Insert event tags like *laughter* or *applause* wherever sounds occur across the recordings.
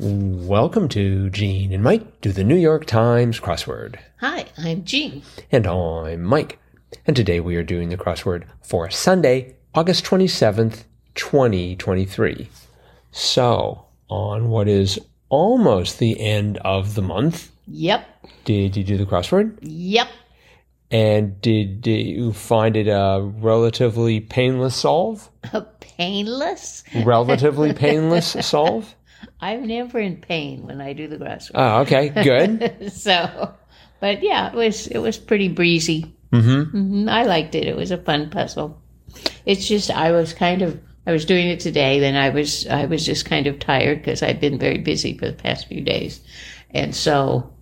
Welcome to Gene and Mike do the New York Times crossword. Hi, I'm Jean. And I'm Mike. And today we are doing the crossword for Sunday, August 27th, 2023. So, on what is almost the end of the month, Yep, did you do the crossword? yep. *laughs* And did you find it a relatively painless solve? A painless? Relatively painless solve? I'm never in pain when I do the crossword. Oh, okay, good. *laughs* so, but yeah, it was it was pretty breezy. Mm-hmm. I liked it. It was a fun puzzle. It's just I was kind of I was doing it today. Then I was I was just kind of tired because I've been very busy for the past few days, and so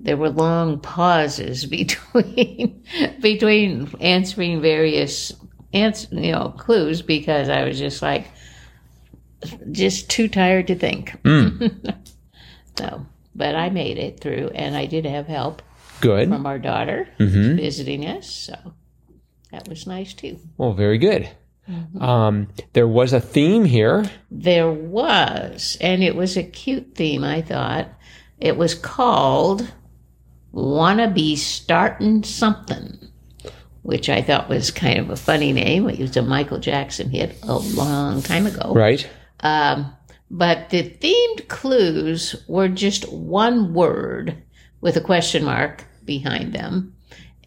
there were long pauses *laughs* between between answering various ans- you know clues because I was just like just too tired to think. *laughs* So, but I made it through, and I did have help Good. Mm-hmm. from our daughter visiting us, so that was nice too. Well, very good. Mm-hmm. Um, there was a theme here. There was, and it was a cute theme, I thought. It was called Wanna Be Startin' Something, which I thought was kind of a funny name. It was a Michael Jackson hit a long time ago. Right. Um, but the themed clues were just one word with a question mark behind them.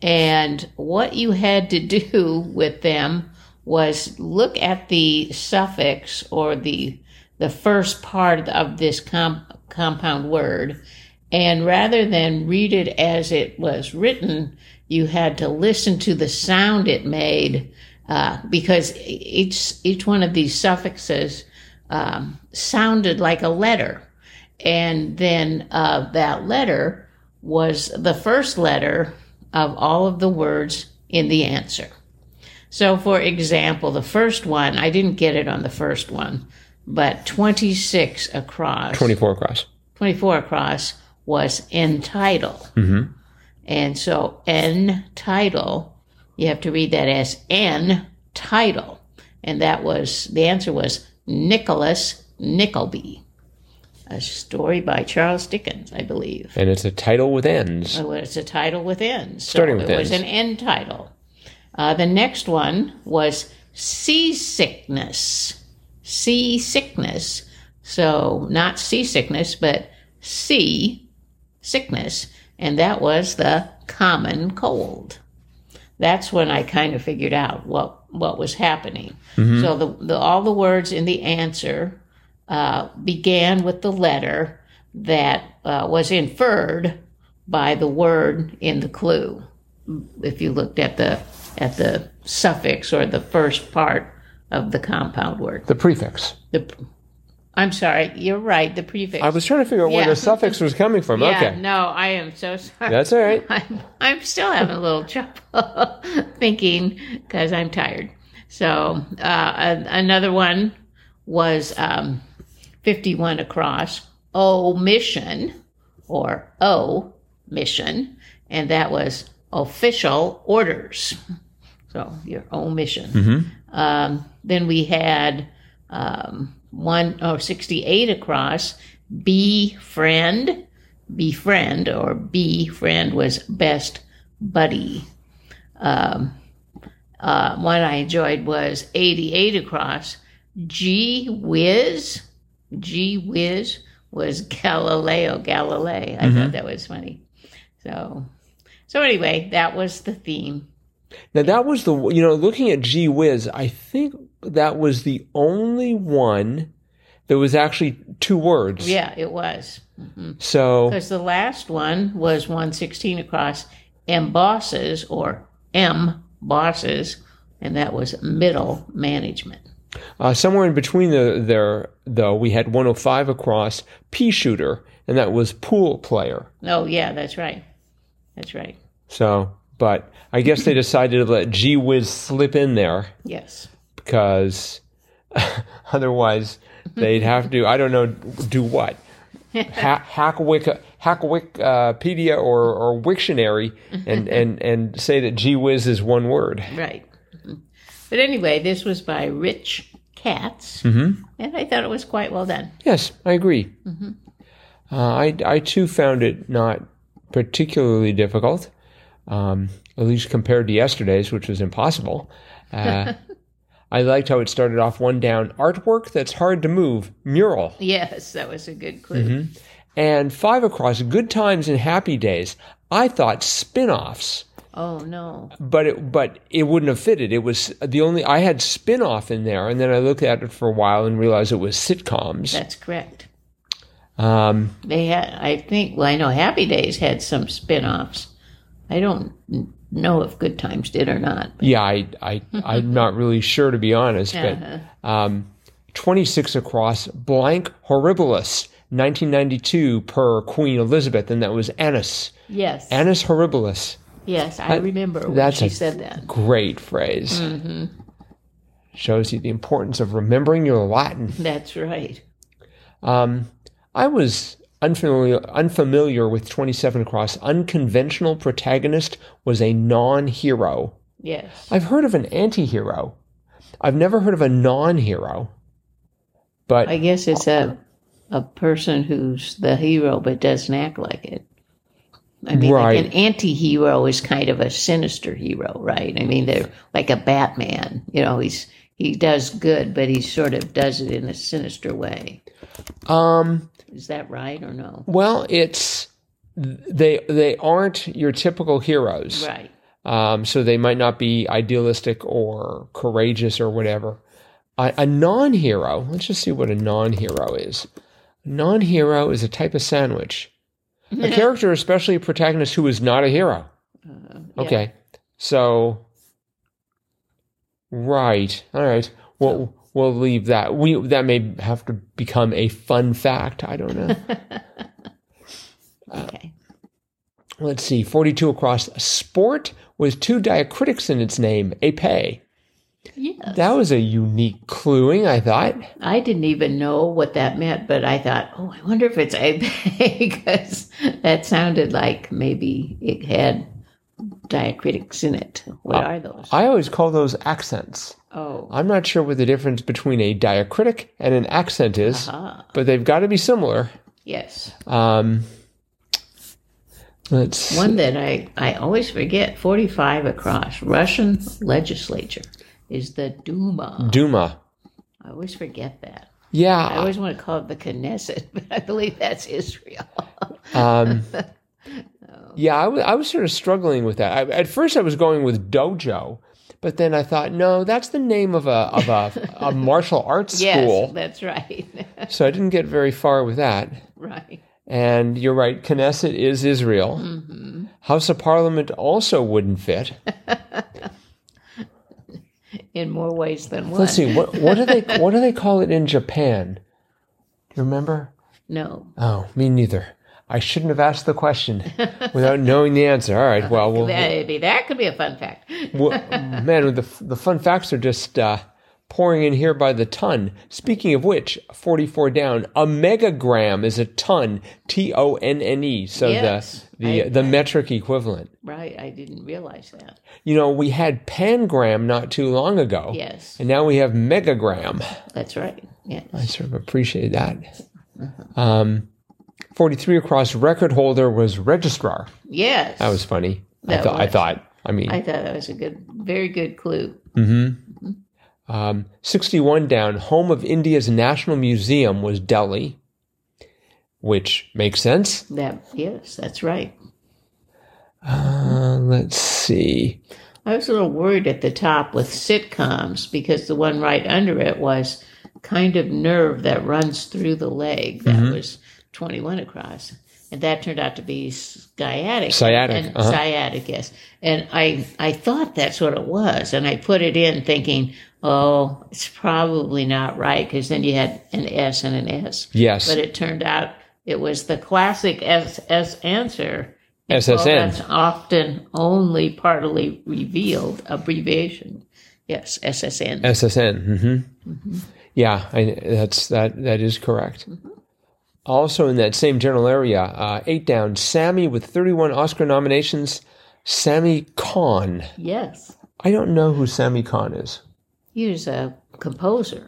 And what you had to do *laughs* with them was look at the suffix or the the first part of this com- compound word and rather than read it as it was written, you had to listen to the sound it made uh, because each each one of these suffixes um, sounded like a letter, and then uh, that letter was the first letter of all of the words in the answer. So, for example, the first one I didn't get it on the first one, but twenty six across. 24 across. 24 across was entitle. And so N title, you have to read that as N title. And that was, the answer was Nicholas Nickleby, a story by Charles Dickens, I believe. And it's a title with ends. It was a title with N. So Starting with it was Ns. an N title. Uh, the next one was seasickness. Seasickness. So not seasickness, but sea sickness. And that was the common cold. That's when I kind of figured out what, what was happening. Mm-hmm. So the, the, all the words in the answer uh, began with the letter that uh, was inferred by the word in the clue. If you looked at the at the suffix or the first part of the compound word, The prefix. the I'm sorry, you're right. The prefix. I was trying to figure out where Yeah. the suffix was coming from. yeah, okay. no, I am so *laughs* sorry. That's all right. I'm, I'm still having a little trouble *laughs* thinking because I'm tired. So uh, a- another one was um, 51 across, omission or O mission, and that was official orders. So your omission. Um, then we had um, one or 68 across, befriend, befriend, or befriend was best buddy. Um, uh, one I enjoyed was 88 across, gee whiz, gee whiz was Galileo Galilei. I thought that was funny. So, so anyway, that was the theme. Now, that was the, you know, looking at G Whiz, I think that was the only one that was actually two words. Yeah, it was. So, Because the last one was 116 across M bosses or M bosses, and that was middle management. uh, somewhere in between the, there, though, we had 105 across, P shooter, and that was pool player. Oh, yeah, that's right. That's right. So, but I guess they decided to let G Whiz slip in there. Yes. because *laughs* otherwise they'd have to I don't know do what ha- hack Wiki hack Wikipedia or or Wiktionary and and and say that gee whiz is one word. Right. But anyway, this was by Rich cats, Mhm. and I thought it was quite well done. *laughs* Yes, I agree. Uh, I, I too found it not particularly difficult, um, at least compared to yesterday's, which was impossible. Uh, I liked how it started off one down artwork that's hard to move, mural, Yes, that was a good clue. Mm-hmm. and five across good times and happy days. I thought spin offs. Oh no, but it but it wouldn't have fitted. It was the only I had spin off in there, and then I looked at it for a while and realized it was sitcoms. that's correct. Um, They had, I think, well, I know Happy Days had some spin offs. I don't n- know if Good Times did or not. yeah, I, I I'm not really sure to be honest, Uh-huh. but um, 26 across blank horribilis. 1992 per Queen Elizabeth, and that was Annus. Yes, Annus horribilis. yes, I remember when that's she a- said that. Great phrase. Shows you the importance of remembering your Latin. That's right. I was unfamiliar, unfamiliar with 27 Across. Unconventional protagonist was a non hero. Yes, I've heard of an anti hero, I've never heard of a non hero. But I guess it's a a person who's the hero but doesn't act like it. I mean, Right. like an anti-hero is kind of a sinister hero, right? I mean, they're like a Batman. You know, he's he does good, but he sort of does it in a sinister way. um, Is that right or no? well, it's they they aren't your typical heroes. Right. Um, so they might not be idealistic or courageous or whatever. A, a non hero, let's just see what a non hero is. Non hero is a type of sandwich. *laughs* A character, especially a protagonist who is not a hero. Yeah. Okay. So, right. All right. We'll, we'll leave that. We, that may have to become a fun fact. I don't know. *laughs* Okay. Let's see, 42 across. Sport with two diacritics in its name, a pay. Yes. That was a unique cluing, I thought. I didn't even know what that meant, but I thought, oh, I wonder if it's *laughs* Abe because that sounded like maybe it had diacritics in it. What are those? I always call those accents. Oh, I'm not sure what the difference between a diacritic and an accent is, ah, but they've got to be similar. yes. Um, let's One that I, I always forget 45 across Russian legislature is the Duma. Duma. I always forget that. I Yeah, always want to call it the Knesset, *laughs* but I believe that's Israel. *laughs* um, yeah. I wa- I was sort of struggling with that. I, at first, I was going with dojo, but then I thought, no, that's the name of a of a, *laughs* a martial arts Yes, school. that's right. *laughs* So I didn't get very far with that. right. And you're right, Knesset is Israel. Mm-hmm. House of Parliament also wouldn't fit. In more ways than one. Let's see what what do they what do they call it in Japan? Do you remember? No. Oh, me neither. I shouldn't have asked the question *laughs* without knowing the answer. All right, well, we'll, That'd be, that could be a fun fact. Well, man, the the fun facts are just uh, pouring in here by the ton. Speaking of which, forty-four down, a megagram is a ton, T O N N E. So Yes, the the I- the metric equivalent. Right. I didn't realize that. You know, we had pangram not too long ago, Yes. and now we have megagram. That's right. I Yes. sort of appreciate that. Um, Forty-three across record holder was registrar. Yes. That was funny. I That thought. I was. thought. I mean, I thought that was a good, very good clue. Um, 61 down, home of India's National Museum was Delhi, which makes sense. That yes, that's right. Uh, let's see. I was a little worried at the top with sitcoms because the one right under it was kind of nerve that runs through the leg. That Mm-hmm. was 21 across. And that turned out to be sciatic. Sciatic, And, uh-huh. Sciatic, yes. And I, I thought that's what it was. And I put it in thinking, oh, it's probably not right because then you had an S and an S. Yes. But it turned out it was the classic SS answer. And so SSN. That's often only partly revealed abbreviation. Yes, SSN. SSN. hmm Yeah, I, that's that. That is correct. Also in that same general area, uh, eight down. Sammy with 31 Oscar nominations. Sammy Kahn. yes. I don't know who Sammy Kahn is. He was a composer.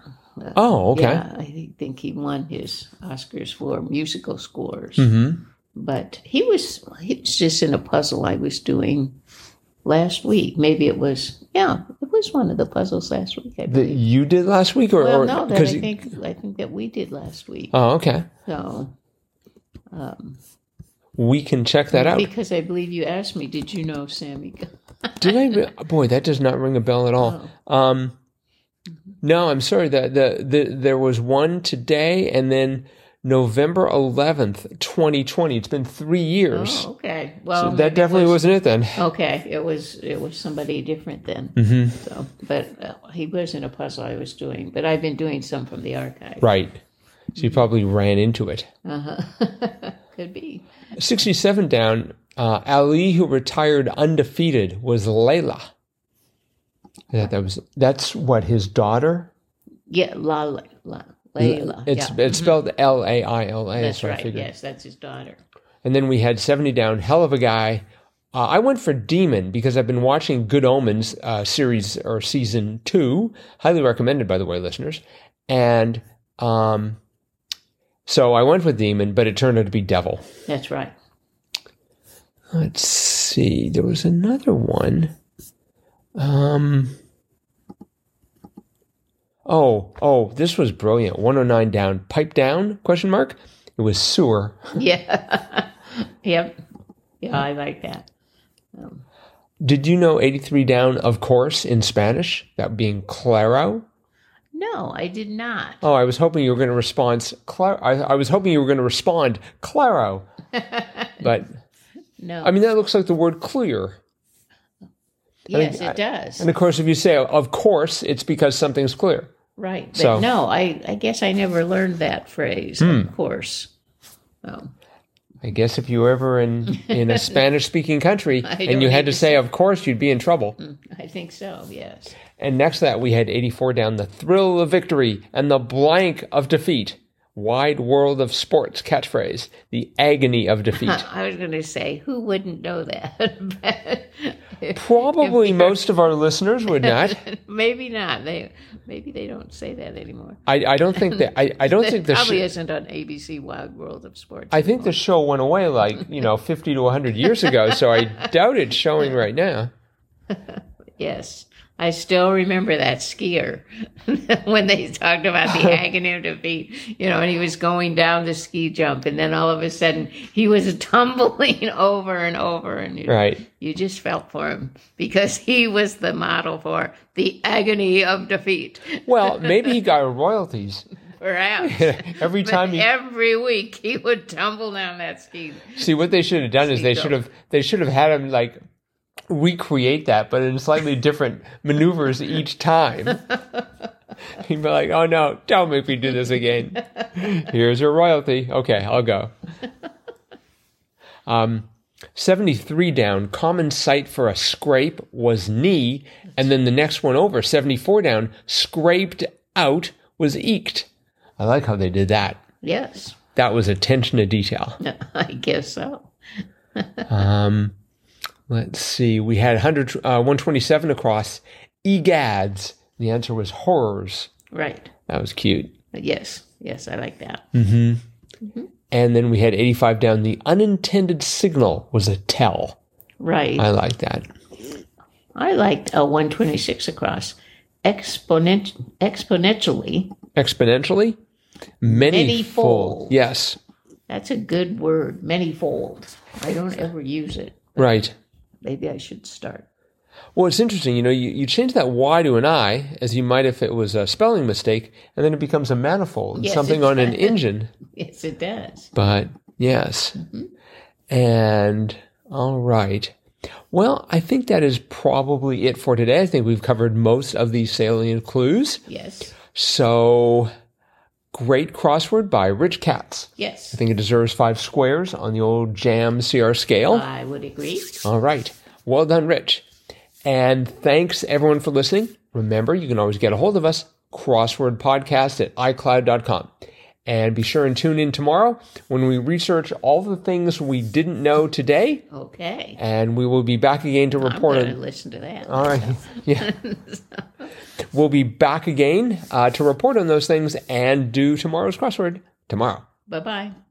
Oh, okay. Yeah, I think he won his Oscars for musical scores. Mm-hmm. But he was he was just in a puzzle I was doing last week. Maybe it was yeah, it was one of the puzzles last week. I That believe. you did last week, or well, or- no, that I you- think I think that we did last week. Oh, okay. So. Um, We can check that out. because I believe you asked me, did you know Sammy? Gu- Did I? re- Boy, that does not ring a bell at all. Oh. Um, no, I'm sorry. The, the the there was one today, and then November 11th, 2020. It's been three years. Oh, okay. Well, maybe that it definitely was- wasn't it then. Okay, it was it was somebody different then. Mm-hmm. So, but uh, he was in a puzzle I was doing, but I've been doing some from the archive. Right. So you probably ran into it. Uh-huh. *laughs* Could be. 67 down. Uh, Ali, who retired undefeated, was Layla. Yeah, that was that's what his daughter. Yeah, La La La Layla. It's yeah. Mm-hmm. it's spelled L A I L A. that's so I right. figured. Yes, that's his daughter. And then we had 70 down, hell of a guy. Uh, I went for Demon because I've been watching Good Omens uh, series or season two. Highly recommended, by the way, listeners. And um, so I went with Demon, but it turned out to be Devil. That's right. *laughs* Let's see. There was another one. Um. Oh, oh, this was brilliant. 109 down, pipe down? Question mark. It was sewer. Yeah. *laughs* yep. Yeah, I like that. Um, Did you know 83 down, of course, in Spanish? That being claro. no, I did not. Oh, I was hoping you were going to respond. Claro. I, I was hoping you were going to respond *laughs* claro. but No. I mean, that looks like the word clear. yes, I- it does. And of course, if you say, of course, it's because something's clear. right. But so- Hmm. no, I, I guess I never learned that phrase, of course. Um, I guess if you were ever in, in a *laughs* Spanish speaking country and don't you had need to to Hmm. say, of course, you'd be in trouble. I think so, yes. And next to that, we had 84 down the thrill of victory and the blank of defeat. Wide world of sports catchphrase, the agony of *laughs* defeat. I was going to say, who wouldn't know that? *laughs* But Probably most of our listeners would not. maybe not. They maybe they don't say that anymore. I, I don't think that. I, I don't think the. Probably Sh- isn't on ABC Wild World of Sports. I think the show went away like you know fifty to hundred years ago, so I doubt it's showing right now. yes, I still remember that skier *laughs* when they talked about *laughs* the agony of defeat. You know, and he was going down the ski jump, and then all of a sudden he was *laughs* tumbling over and over, and you, Right? you just felt for him because *laughs* he was the model for the agony of defeat. *laughs* Well, maybe he got royalties Perhaps. *laughs* every But time he. every week he would tumble down that ski. See what they should have done is they should have they should have had him like recreate that, but in slightly different maneuvers each time. *laughs* He'd be like, "Oh no, don't make me do this again." Here's your royalty. Okay, I'll go. Um, seventy-three down. Common sight for a scrape was knee, and then the next one over, seventy-four down, scraped out was eked. I like how they did that. Yes, That was attention to detail. I guess so. Um, let's see. We had 100, uh, 127 across. E Egads. The answer was horrors. Right. That was cute. Yes, yes, I like that. Hmm. And then we had 85 down. The unintended signal was a tell. Right. I like that. I liked a 126 across exponent exponentially. Exponentially? Many, Manyfold. fold. Yes. That's a good word, manyfold. I don't ever use it. Right. Maybe I should start. Well, it's interesting. You know, you, you change that Y to an I, as you might if it was a spelling mistake, and then it becomes a manifold, Yes, something it- on an engine. Yes, it does. but yes. And all right. Well, I think that is probably it for today. I think we've covered most of the salient clues. Yes, So, great crossword by Rich Katz. I yes. think it deserves five squares on the old jam CR scale. I would agree. All right. Well done, Rich. And thanks everyone for listening. Remember, you can always get a hold of us, crosswordpodcast at iCloud.com. And be sure and tune in tomorrow when we research all the things we didn't know today. Okay. And we will be back again to I'm report going to on. *laughs* listen to that. All right. Yeah. We'll be back again uh, to report on those things and do tomorrow's crossword tomorrow. Bye bye.